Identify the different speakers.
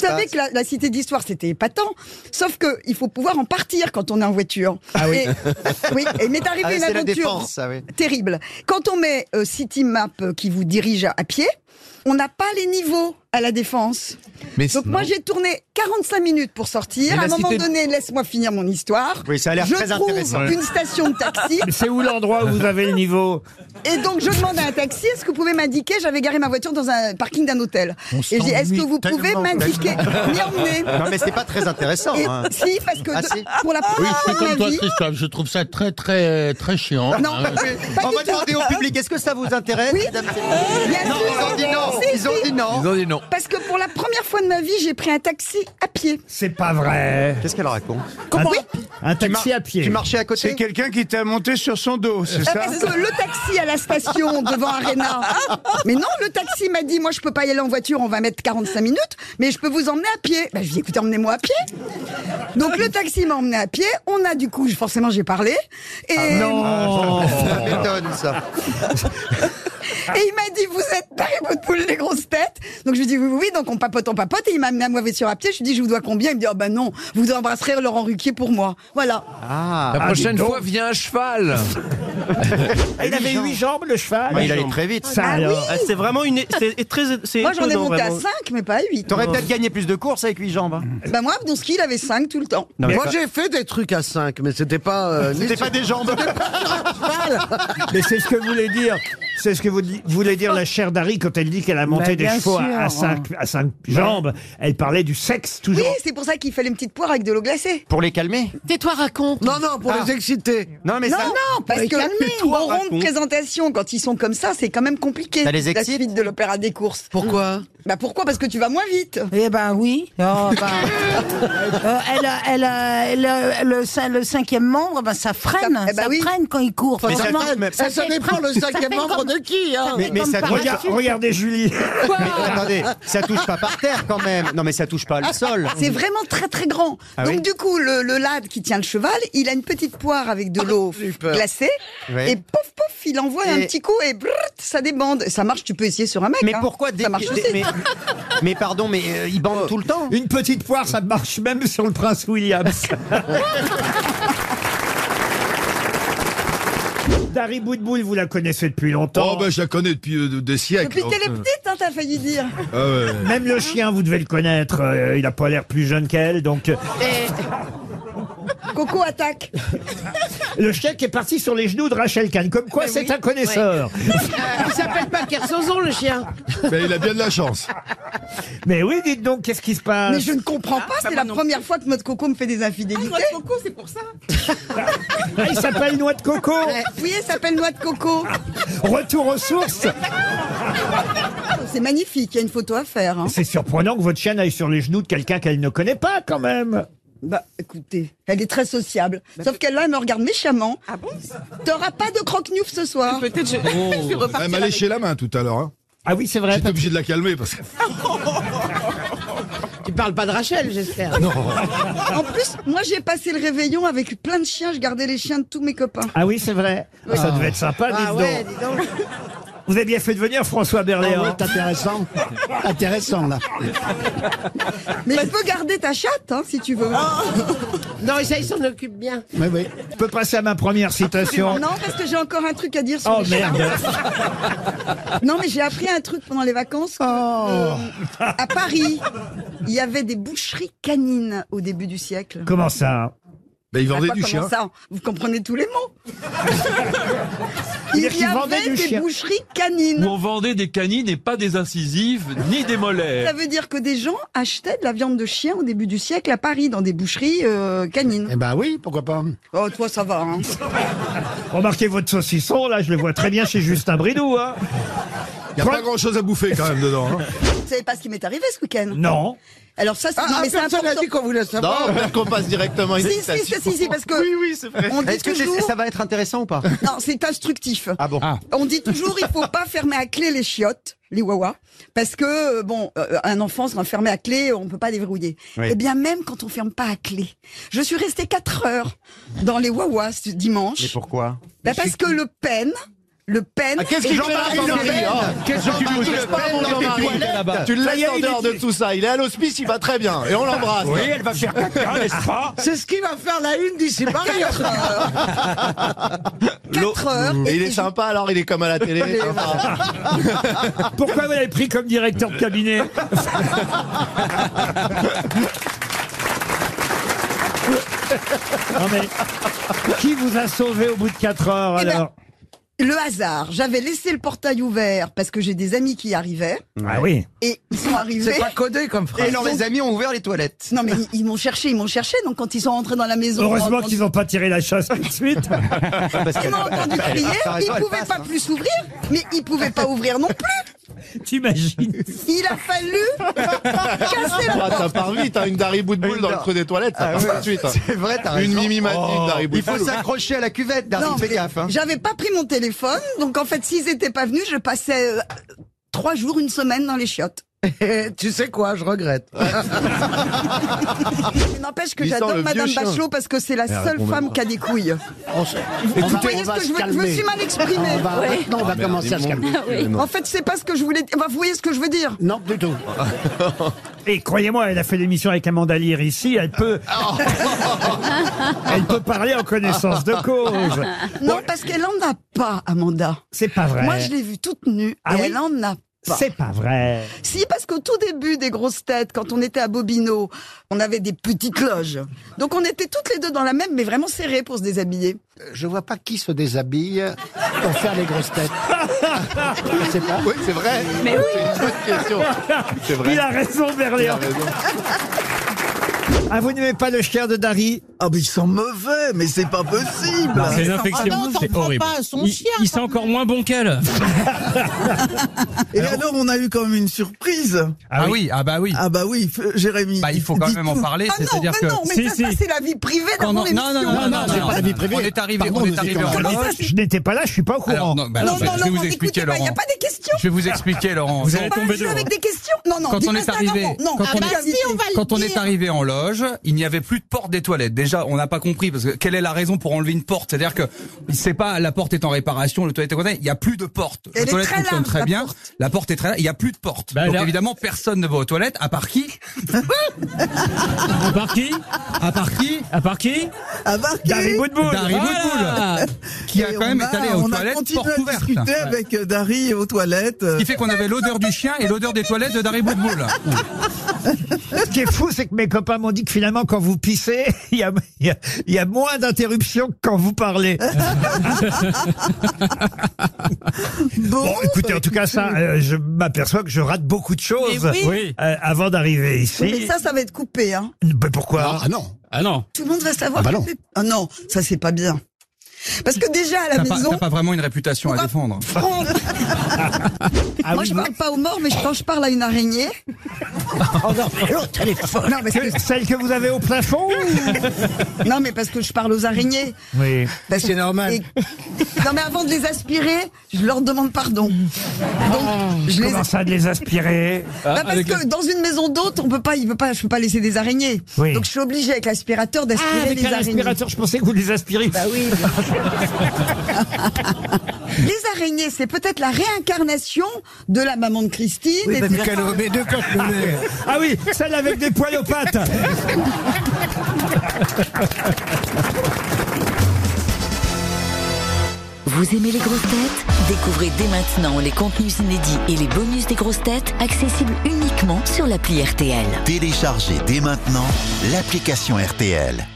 Speaker 1: savez que la, la cité d'histoire, c'était épatant. Sauf que il faut pouvoir en partir quand on est en voiture.
Speaker 2: Ah oui.
Speaker 1: Et, oui, et m'est arrivé
Speaker 3: Ah oui,
Speaker 1: une
Speaker 3: c'est la
Speaker 1: aventure
Speaker 3: défense, ça, oui.
Speaker 1: terrible. Quand on met euh, City Map euh, qui vous dirige à, à pied, on n'a pas les niveaux à la défense.
Speaker 4: Mais
Speaker 1: Donc moi j'ai tourné 45 minutes pour sortir.
Speaker 4: Mais
Speaker 1: à un
Speaker 4: la
Speaker 1: moment
Speaker 4: cité-
Speaker 1: donné, laisse-moi finir mon histoire.
Speaker 3: Oui, ça a l'air
Speaker 1: je
Speaker 3: très
Speaker 1: trouve
Speaker 3: intéressant.
Speaker 1: une station de taxi
Speaker 2: C'est où l'endroit où vous avez le niveau
Speaker 1: et donc je demande à un taxi est-ce que vous pouvez m'indiquer J'avais garé ma voiture dans un parking d'un hôtel. Et je dis est-ce que vous pouvez m'indiquer m'y emmener
Speaker 3: Non, mais c'est pas très intéressant.
Speaker 1: Et-
Speaker 3: hein.
Speaker 1: Si parce que
Speaker 3: Ah,
Speaker 1: de-
Speaker 3: si.
Speaker 1: pour la
Speaker 5: Oui,
Speaker 1: première
Speaker 5: je suis
Speaker 1: fois
Speaker 5: comme
Speaker 1: de ma
Speaker 5: toi,
Speaker 1: vie,
Speaker 5: Christophe. Je trouve ça très, très, très chiant.
Speaker 1: Non,
Speaker 5: Hein.
Speaker 1: pas du
Speaker 3: Ah, On va
Speaker 1: tout.
Speaker 3: demander au public, est-ce que ça vous intéresse
Speaker 1: Oui. Euh,
Speaker 3: mesdames et messieurs
Speaker 1: Bien
Speaker 3: Non,
Speaker 1: sûr.
Speaker 3: ils ont dit non.
Speaker 1: Si,
Speaker 3: Ils ont
Speaker 1: si.
Speaker 3: dit non.
Speaker 4: Ils ont dit non.
Speaker 1: Parce que pour la première fois de ma vie, j'ai pris un taxi à pied.
Speaker 3: Ah
Speaker 1: Euh,
Speaker 2: C'est pas vrai.
Speaker 3: Qu'est-ce qu'elle raconte
Speaker 2: Comment Un taxi à pied.
Speaker 3: Tu marchais à côté
Speaker 6: C'est quelqu'un qui t'a monté sur son dos, c'est
Speaker 1: Ah,
Speaker 6: ça
Speaker 1: Parce que le taxi à la station devant Arena. Mais non, le taxi m'a dit Moi, je peux pas y aller en voiture, on va mettre 45 minutes, mais je peux vous emmener à pied. Bah, je dis Écoutez, emmenez-moi à pied. Donc, le taxi m'a emmené à pied. On a du coup, forcément, j'ai parlé. Et,
Speaker 3: Ah
Speaker 2: Non. Ah,
Speaker 3: Ça m'étonne, ça.
Speaker 1: et il m'a dit Vous êtes Paris Poule, les grosses têtes. Donc, je lui dis Oui, oui, oui. Donc, on papote, on papote. Et il m'a amené à moi sur à pied. Je lui dis Je vous dois combien Il me dit Oh, bah non, vous embrasserez Laurent Ruquier pour moi. Voilà.
Speaker 3: Ah,
Speaker 4: La prochaine
Speaker 2: dis donc.
Speaker 4: fois, viens un cheval.
Speaker 2: Ah, il avait huit jambes le cheval.
Speaker 3: il allait très vite.
Speaker 2: Ça
Speaker 1: Ah oui.
Speaker 2: alors.
Speaker 7: Ah, c'est vraiment une. C'est très. c'est
Speaker 1: Moi, j'en ai
Speaker 7: étonnant,
Speaker 1: monté à
Speaker 7: vraiment.
Speaker 1: 5, mais pas à 8.
Speaker 3: T'aurais peut-être gagné plus de courses avec huit jambes. hein.
Speaker 1: Bah, moi, Abdonski, il avait 5 tout le temps.
Speaker 8: Moi j'ai fait des trucs à 5, mais c'était pas. euh, ni
Speaker 3: C'était pas des jambes.
Speaker 2: Mais c'est ce que voulait dire. C'est ce que vous di- voulait dire la chère Dari quand elle dit qu'elle a monté
Speaker 8: Bah,
Speaker 2: des
Speaker 8: bien
Speaker 2: chevaux
Speaker 8: sûr.
Speaker 2: à, à cinq, à cinq jambes. Elle parlait du sexe
Speaker 1: Oui,
Speaker 2: toujours.
Speaker 1: c'est pour ça qu'il fallait une petite poire avec de l'eau glacée.
Speaker 3: Pour les calmer
Speaker 9: Tais-toi, raconte.
Speaker 8: Non, non, pour
Speaker 3: Ah.
Speaker 8: les exciter.
Speaker 3: Non, mais
Speaker 1: non,
Speaker 3: ça.
Speaker 1: non, parce que en rond de présentation, quand ils sont comme ça, c'est quand même compliqué.
Speaker 3: Ça les
Speaker 1: la
Speaker 3: excite
Speaker 1: suite de l'opéra des courses.
Speaker 8: Pourquoi
Speaker 1: Bah pourquoi Parce que tu vas moins vite.
Speaker 9: Eh ben oui. Oh, ben. Euh, elle, a- elle, a- elle a- le, cin- le cinquième membre, ben ça freine. Ça,
Speaker 1: Ça- eh ben oui.
Speaker 9: freine quand il court.
Speaker 3: Mais ça
Speaker 9: franchement.
Speaker 3: freine, mais-
Speaker 8: Ça, ça
Speaker 9: fait
Speaker 8: dépend le
Speaker 9: frein- ça
Speaker 8: cinquième
Speaker 9: fait
Speaker 8: membre
Speaker 9: comme-
Speaker 8: de qui, hein
Speaker 3: Mais, mais
Speaker 9: Comme
Speaker 3: ça,
Speaker 9: par
Speaker 3: touche,
Speaker 2: Regarde- regardez Julie.
Speaker 3: mais attendez, ça touche pas par terre quand même. Non, mais ça touche pas le sol.
Speaker 1: Ah, C'est vraiment très très grand.
Speaker 3: Ah
Speaker 1: Donc
Speaker 3: oui
Speaker 1: du coup, le, le lad qui tient le cheval, il a une petite poire avec
Speaker 3: Ah,
Speaker 1: de l'eau
Speaker 8: j'ai eu peur.
Speaker 1: glacée.
Speaker 3: Ouais.
Speaker 1: Et pouf pouf, il envoie un
Speaker 3: Et-
Speaker 1: petit coup et brrrt, ça débande. Ça marche, tu peux essayer sur un mec.
Speaker 3: Mais
Speaker 1: hein.
Speaker 3: pourquoi des-
Speaker 1: Ça marche aussi. Oh.
Speaker 3: des- mais, mais pardon, mais euh, ils bandent tout le temps.
Speaker 2: Une petite poire, ça marche même sur le prince Williams. Dari Boudboul, vous la connaissez depuis longtemps.
Speaker 4: Oh,
Speaker 3: bah,
Speaker 4: ben, je la connais depuis euh, des siècles.
Speaker 1: Depuis qu'elle est petite, hein, t'as failli dire.
Speaker 4: Ah
Speaker 5: euh,
Speaker 4: ouais.
Speaker 2: Même le chien, vous devez le connaître. euh, il a pas l'air plus jeune qu'elle. Donc, euh,
Speaker 1: Coco attaque.
Speaker 2: le chien qui est parti sur les genoux de Rachel Kahn. Comme quoi, c'est un connaisseur.
Speaker 9: Il s'appelle pas Kersozon, le chien.
Speaker 4: Mais il a bien de la chance.
Speaker 2: Mais oui, dites donc, qu'est-ce qui se
Speaker 3: Ah,
Speaker 2: passe
Speaker 1: Mais je ne comprends pas, c'est la première fois que notre coco me fait des infidélités.
Speaker 2: Ah, il s'appelle Noix de Coco.
Speaker 1: Euh, Oui, elle s'appelle Noix de Coco.
Speaker 2: Retour aux sources.
Speaker 1: C'est magnifique, il y a une photo à faire. hein.
Speaker 2: C'est surprenant que votre chienne aille sur les genoux de quelqu'un qu'elle ne connaît pas, quand même.
Speaker 1: Bah écoutez, elle est très sociable. Sauf qu'elle là, elle me regarde méchamment. Bah, Ah bon T'auras pas de croque-nouf ce soir.
Speaker 4: Elle m'a léché la main tout à l'heure. hein.
Speaker 2: Ah oui, c'est vrai.
Speaker 4: J'étais obligé de la calmer parce que.
Speaker 8: Tu parles pas de Rachel, j'espère.
Speaker 1: En plus, moi j'ai passé le réveillon avec plein de chiens, je gardais les chiens de tous mes copains.
Speaker 2: Ah oui, c'est vrai. Ça devait être sympa, dites
Speaker 8: Ah
Speaker 2: donc.
Speaker 8: ouais, dis donc.
Speaker 2: Vous avez bien fait de venir François Berléand.
Speaker 8: Ah, C'est intéressant. intéressant, là.
Speaker 1: Mais je peux garder ta chatte, hein, si tu veux.
Speaker 8: Non, ça, il s'en occupe bien. Mais oui.
Speaker 2: Je peux passer à ma première citation.
Speaker 1: Non, parce que j'ai encore un truc à dire sur
Speaker 2: Oh
Speaker 1: les chiens.
Speaker 2: merde.
Speaker 1: Non, mais j'ai appris un truc pendant les vacances. que, euh, à Paris, il y avait des boucheries canines au début du siècle.
Speaker 2: Comment ça
Speaker 4: Ben, il
Speaker 1: Ah,
Speaker 4: vendait
Speaker 1: quoi,
Speaker 4: du chien.
Speaker 1: comment ça Vous comprenez tous les mots. Il y
Speaker 2: Il veut dire qu'il vendait
Speaker 1: avait
Speaker 2: du
Speaker 1: des
Speaker 2: chien.
Speaker 1: boucheries canines.
Speaker 10: où on vendait des canines et pas des incisives ni des
Speaker 1: Ça
Speaker 10: molaires.
Speaker 1: veut dire que des gens achetaient de la viande de chien au début du siècle à Paris, dans des boucheries euh, canines.
Speaker 8: Eh ben oui, pourquoi pas
Speaker 1: Oh, toi, ça va, hein.
Speaker 2: Remarquez votre saucisson, là, je le vois très bien chez Justin Bridou. Hein.
Speaker 4: Il n'y a pas grand chose à bouffer quand même dedans. hein.
Speaker 1: Vous savez pas ce qui m'est arrivé ce week-end
Speaker 2: Non.
Speaker 1: Alors ça, c'est...
Speaker 8: Ah,
Speaker 1: non, mais c'est
Speaker 8: personne n'a
Speaker 1: important.
Speaker 8: dit qu'on voulait savoir.
Speaker 5: Non, peut-être qu'on passe directement une
Speaker 1: Si, si, si, si, si, parce que...
Speaker 3: oui, c'est vrai.
Speaker 1: On dit
Speaker 3: Est-ce que c'est-
Speaker 1: toujours-
Speaker 3: ça va être intéressant ou pas
Speaker 1: Non, c'est instructif.
Speaker 3: Ah bon
Speaker 1: On dit toujours, il faut pas fermer à clé les chiottes, les wawa, parce que euh, bon, euh, un enfant sera fermé à clé, on peut pas déverrouiller.
Speaker 3: Oui.
Speaker 1: Eh bien, même quand on ferme pas à clé, je suis restée 4 heures dans les wawa ce dimanche.
Speaker 3: Mais pourquoi
Speaker 1: Bah, parce que Le Pen Le Pen.
Speaker 5: Ah, qu'est-ce qu'il
Speaker 1: Jean-Marie
Speaker 5: fait là, Jean-Marie Oh, qu'est-ce que tu nous fais pas
Speaker 1: Pen
Speaker 5: pour
Speaker 1: dans tes
Speaker 5: Jean-Marie
Speaker 1: toilettes
Speaker 5: là-bas. Tu le
Speaker 1: Ça y est,
Speaker 5: laisses en
Speaker 1: il est-
Speaker 5: dehors de tout ça. Il est à l'hospice, il va très bien. Et on l'embrasse.
Speaker 11: Oui, elle va faire
Speaker 2: Ah,
Speaker 11: caca, n'est-ce pas
Speaker 8: C'est ce qui va faire la une d'ici Paris.
Speaker 5: L'autre Et il est sympa alors, il est comme à la télé.
Speaker 2: Pourquoi vous l'avez pris comme directeur de cabinet Non mais, qui vous a sauvé au bout de 4 heures
Speaker 1: Eh ben,
Speaker 2: alors
Speaker 1: Le hasard. J'avais laissé le portail ouvert parce que j'ai des amis qui y arrivaient.
Speaker 2: Ah oui.
Speaker 1: Et ils sont arrivés.
Speaker 2: C'est pas codé comme phrase.
Speaker 1: ils
Speaker 2: Et leurs
Speaker 1: ont-
Speaker 2: amis ont ouvert les toilettes.
Speaker 1: Non, mais ils- ils m'ont cherché, ils m'ont cherché. Donc, quand ils sont rentrés dans la maison.
Speaker 2: Heureusement
Speaker 1: on-
Speaker 2: qu'ils n'ont pas tiré la chasse tout de suite.
Speaker 5: Ah,
Speaker 1: Ils m'ont entendu crier, ils pouvaient pas plus s'ouvrir, mais ils pouvaient pas ouvrir non plus.
Speaker 2: T'imagines
Speaker 1: Il a fallu casser la
Speaker 5: Ah,
Speaker 1: porte.
Speaker 5: ça part vite, hein, une Dari Boudboul dans le creux des toilettes, ça
Speaker 1: Ah
Speaker 5: part
Speaker 1: oui.
Speaker 5: tout de suite. hein.
Speaker 1: C'est vrai, t'as
Speaker 5: Une
Speaker 1: raison.
Speaker 5: mimimati
Speaker 1: Oh.
Speaker 5: une Dari
Speaker 1: Il faut
Speaker 5: Boudboul.
Speaker 1: s'accrocher
Speaker 3: à la cuvette, Dari,
Speaker 1: Non,
Speaker 3: fais
Speaker 1: mais
Speaker 3: gaffe, hein.
Speaker 1: J'avais pas pris mon téléphone, donc en fait, s'ils étaient pas venus, je passais euh, trois jours, une semaine dans les chiottes.
Speaker 8: tu sais quoi, je regrette.
Speaker 1: Il N'empêche que
Speaker 8: Il sent
Speaker 1: j'adore
Speaker 8: le vieux
Speaker 1: Madame
Speaker 8: chien.
Speaker 1: Bachelot parce que c'est la
Speaker 8: Elle
Speaker 1: seule
Speaker 8: répond même
Speaker 1: femme
Speaker 8: pas.
Speaker 1: qui a des couilles.
Speaker 8: On se-
Speaker 1: Vous
Speaker 8: on va-
Speaker 1: voyez
Speaker 8: on
Speaker 1: ce
Speaker 8: va
Speaker 1: que je,
Speaker 8: se
Speaker 1: veux- je me
Speaker 8: calmer.
Speaker 1: suis mal exprimée.
Speaker 8: On va-
Speaker 1: Ouais.
Speaker 8: maintenant, on va commencer à se calmer.
Speaker 1: Oui. En fait, c'est pas ce que je voulais. dire. Enfin, vous voyez ce que je veux dire
Speaker 8: Non, du tout.
Speaker 2: Et croyez-moi, elle a fait l'émission avec Amanda Lear ici, elle peut, elle peut parler en connaissance de cause.
Speaker 1: Non, parce qu'elle en a pas, Amanda.
Speaker 2: C'est pas vrai.
Speaker 1: Moi, je l'ai vue toute nue
Speaker 2: Ben, Ah
Speaker 1: et
Speaker 2: oui
Speaker 1: elle en a pas.
Speaker 2: C'est pas vrai.
Speaker 1: Si, parce qu'au tout début des grosses têtes, quand on était à Bobino, on avait des petites loges. Donc on était toutes les deux dans la même, mais vraiment serrées pour se déshabiller.
Speaker 8: Je vois pas qui se déshabille pour faire les grosses têtes. Je sais pas.
Speaker 5: Oui, c'est vrai.
Speaker 8: Mais oui.
Speaker 5: C'est une bonne question. C'est vrai.
Speaker 2: Il a raison, Berléand.
Speaker 5: Il a raison.
Speaker 2: Ah, vous n'aimez pas le chien de Dari Ah, mais ils sont mauvais, mais c'est pas possible
Speaker 12: Non, c'est une infection, c'est horrible. il, il sent encore moins bon qu'elle.
Speaker 13: Et alors, on a eu quand même une surprise.
Speaker 12: Ah oui, ah bah oui.
Speaker 13: Ah bah oui, f- Jérémy.
Speaker 12: Bah, il faut quand
Speaker 13: dites
Speaker 12: même en
Speaker 13: tout.
Speaker 12: parler, Ah non, c'est-à-dire mais que- non, mais Si, ça, si. ça, c'est la vie privée
Speaker 13: Quand on-
Speaker 12: d'avant
Speaker 13: Non, non,
Speaker 12: l'émission.
Speaker 13: non, non, non,
Speaker 12: C'est
Speaker 13: non,
Speaker 12: pas la
Speaker 13: non,
Speaker 12: vie privée.
Speaker 13: On est arrivé,
Speaker 12: Pardon,
Speaker 13: on
Speaker 12: vous
Speaker 13: est
Speaker 12: êtes
Speaker 13: arrivé
Speaker 12: quand
Speaker 5: Ah,
Speaker 13: en
Speaker 12: même
Speaker 13: Loge.
Speaker 12: là.
Speaker 2: Je n'étais pas là, je suis pas au courant.
Speaker 12: Alors, non, bah, non,
Speaker 2: Non,
Speaker 12: bah,
Speaker 2: non,
Speaker 12: je vais
Speaker 2: non,
Speaker 12: vous
Speaker 2: vous écoutez
Speaker 12: expliquer,
Speaker 2: pas,
Speaker 12: Laurent.
Speaker 2: y a
Speaker 12: pas
Speaker 1: des questions.
Speaker 12: Je vais vous expliquer, Laurent. Vous allez tomber dehors.
Speaker 1: avec des questions. Non, non,
Speaker 12: Quand on
Speaker 1: dis-moi
Speaker 12: est
Speaker 1: ça
Speaker 12: arrivé,
Speaker 1: avant. Non,
Speaker 12: quand
Speaker 1: ah
Speaker 12: on
Speaker 1: bah
Speaker 12: est-
Speaker 1: si, on va le
Speaker 12: quand on est
Speaker 1: dire.
Speaker 12: arrivé en loge, il n'y avait plus de porte des toilettes. Déjà, on n'a pas compris parce que quelle est la raison pour enlever une porte C'est-à-dire que c'est pas la porte est en réparation, le toilette est en il n'y a plus de porte.
Speaker 1: Elle
Speaker 12: le
Speaker 1: est
Speaker 12: toilette
Speaker 1: très
Speaker 12: fonctionne
Speaker 1: large,
Speaker 12: très
Speaker 1: la
Speaker 12: bien. La porte est très large, il n'y a plus de porte.
Speaker 11: Bah,
Speaker 12: Donc
Speaker 11: là-
Speaker 12: évidemment, personne ne va aux toilettes à part qui À part qui À part qui À part qui
Speaker 13: À part qui
Speaker 12: Dari Boudboul. Dari
Speaker 13: Voilà.
Speaker 12: Boudboul. Qui a
Speaker 13: Et
Speaker 12: quand même
Speaker 13: on
Speaker 12: été allé
Speaker 13: a-
Speaker 12: aux
Speaker 13: on a
Speaker 12: toilettes,
Speaker 13: continué
Speaker 12: porte
Speaker 13: à
Speaker 12: ouverte.
Speaker 13: discuter
Speaker 12: Ouais.
Speaker 13: avec euh, Dari aux toilettes.
Speaker 1: euh.
Speaker 12: Ce qui fait qu'on avait l'odeur du chien et l'odeur des toilettes de Dari Boudboul.
Speaker 2: Ce qui est fou, c'est que mes copains m'ont dit que finalement, quand vous pissez, il y a, il y a- il y a moins d'interruptions que quand vous parlez. bon, écoutez, en tout cas, ça, euh, je m'aperçois que je rate beaucoup de choses
Speaker 1: Mais oui. Oui.
Speaker 2: euh, avant d'arriver ici.
Speaker 1: Oui, mais ça, ça va être coupé. Hein.
Speaker 2: Mais pourquoi Ah non Ah non
Speaker 1: Tout le monde va savoir.
Speaker 2: Ah bah
Speaker 1: que
Speaker 2: non.
Speaker 1: c'est- Ah non, ça c'est pas bien. Parce que déjà à la
Speaker 12: T'as pas,
Speaker 1: maison,
Speaker 12: t'as pas vraiment une réputation à défendre. Ah
Speaker 1: moi
Speaker 12: oui,
Speaker 1: je
Speaker 12: vous-
Speaker 1: parle pas aux morts, mais je- quand je parle à une araignée,
Speaker 2: Non, mais Celle que vous avez au plafond
Speaker 1: non mais parce que je parle aux araignées.
Speaker 2: Oui.
Speaker 1: Parce c'est normal. Non mais avant de les aspirer, je leur demande pardon. Donc, je les-
Speaker 2: Ah, Comment ça de les Ah, aspirer
Speaker 1: Bah, parce que dans une maison d'hôte, on peut pas, il peut pas, je peux pas laisser des araignées.
Speaker 2: Oui.
Speaker 1: Donc je suis obligée avec l'aspirateur d'aspirer
Speaker 2: Ah, avec
Speaker 1: les
Speaker 2: un
Speaker 1: araignées.
Speaker 2: aspirateur, je pensais que vous les aspiriez. Bah
Speaker 1: oui. Les araignées, c'est peut-être la réincarnation de la maman de Christine. et des-
Speaker 2: Ah oui, celle avec des poils aux pattes.
Speaker 14: Vous aimez les grosses têtes Découvrez dès maintenant les contenus inédits et les bonus des grosses têtes accessibles uniquement sur l'appli RTL.
Speaker 15: Téléchargez dès maintenant l'application RTL.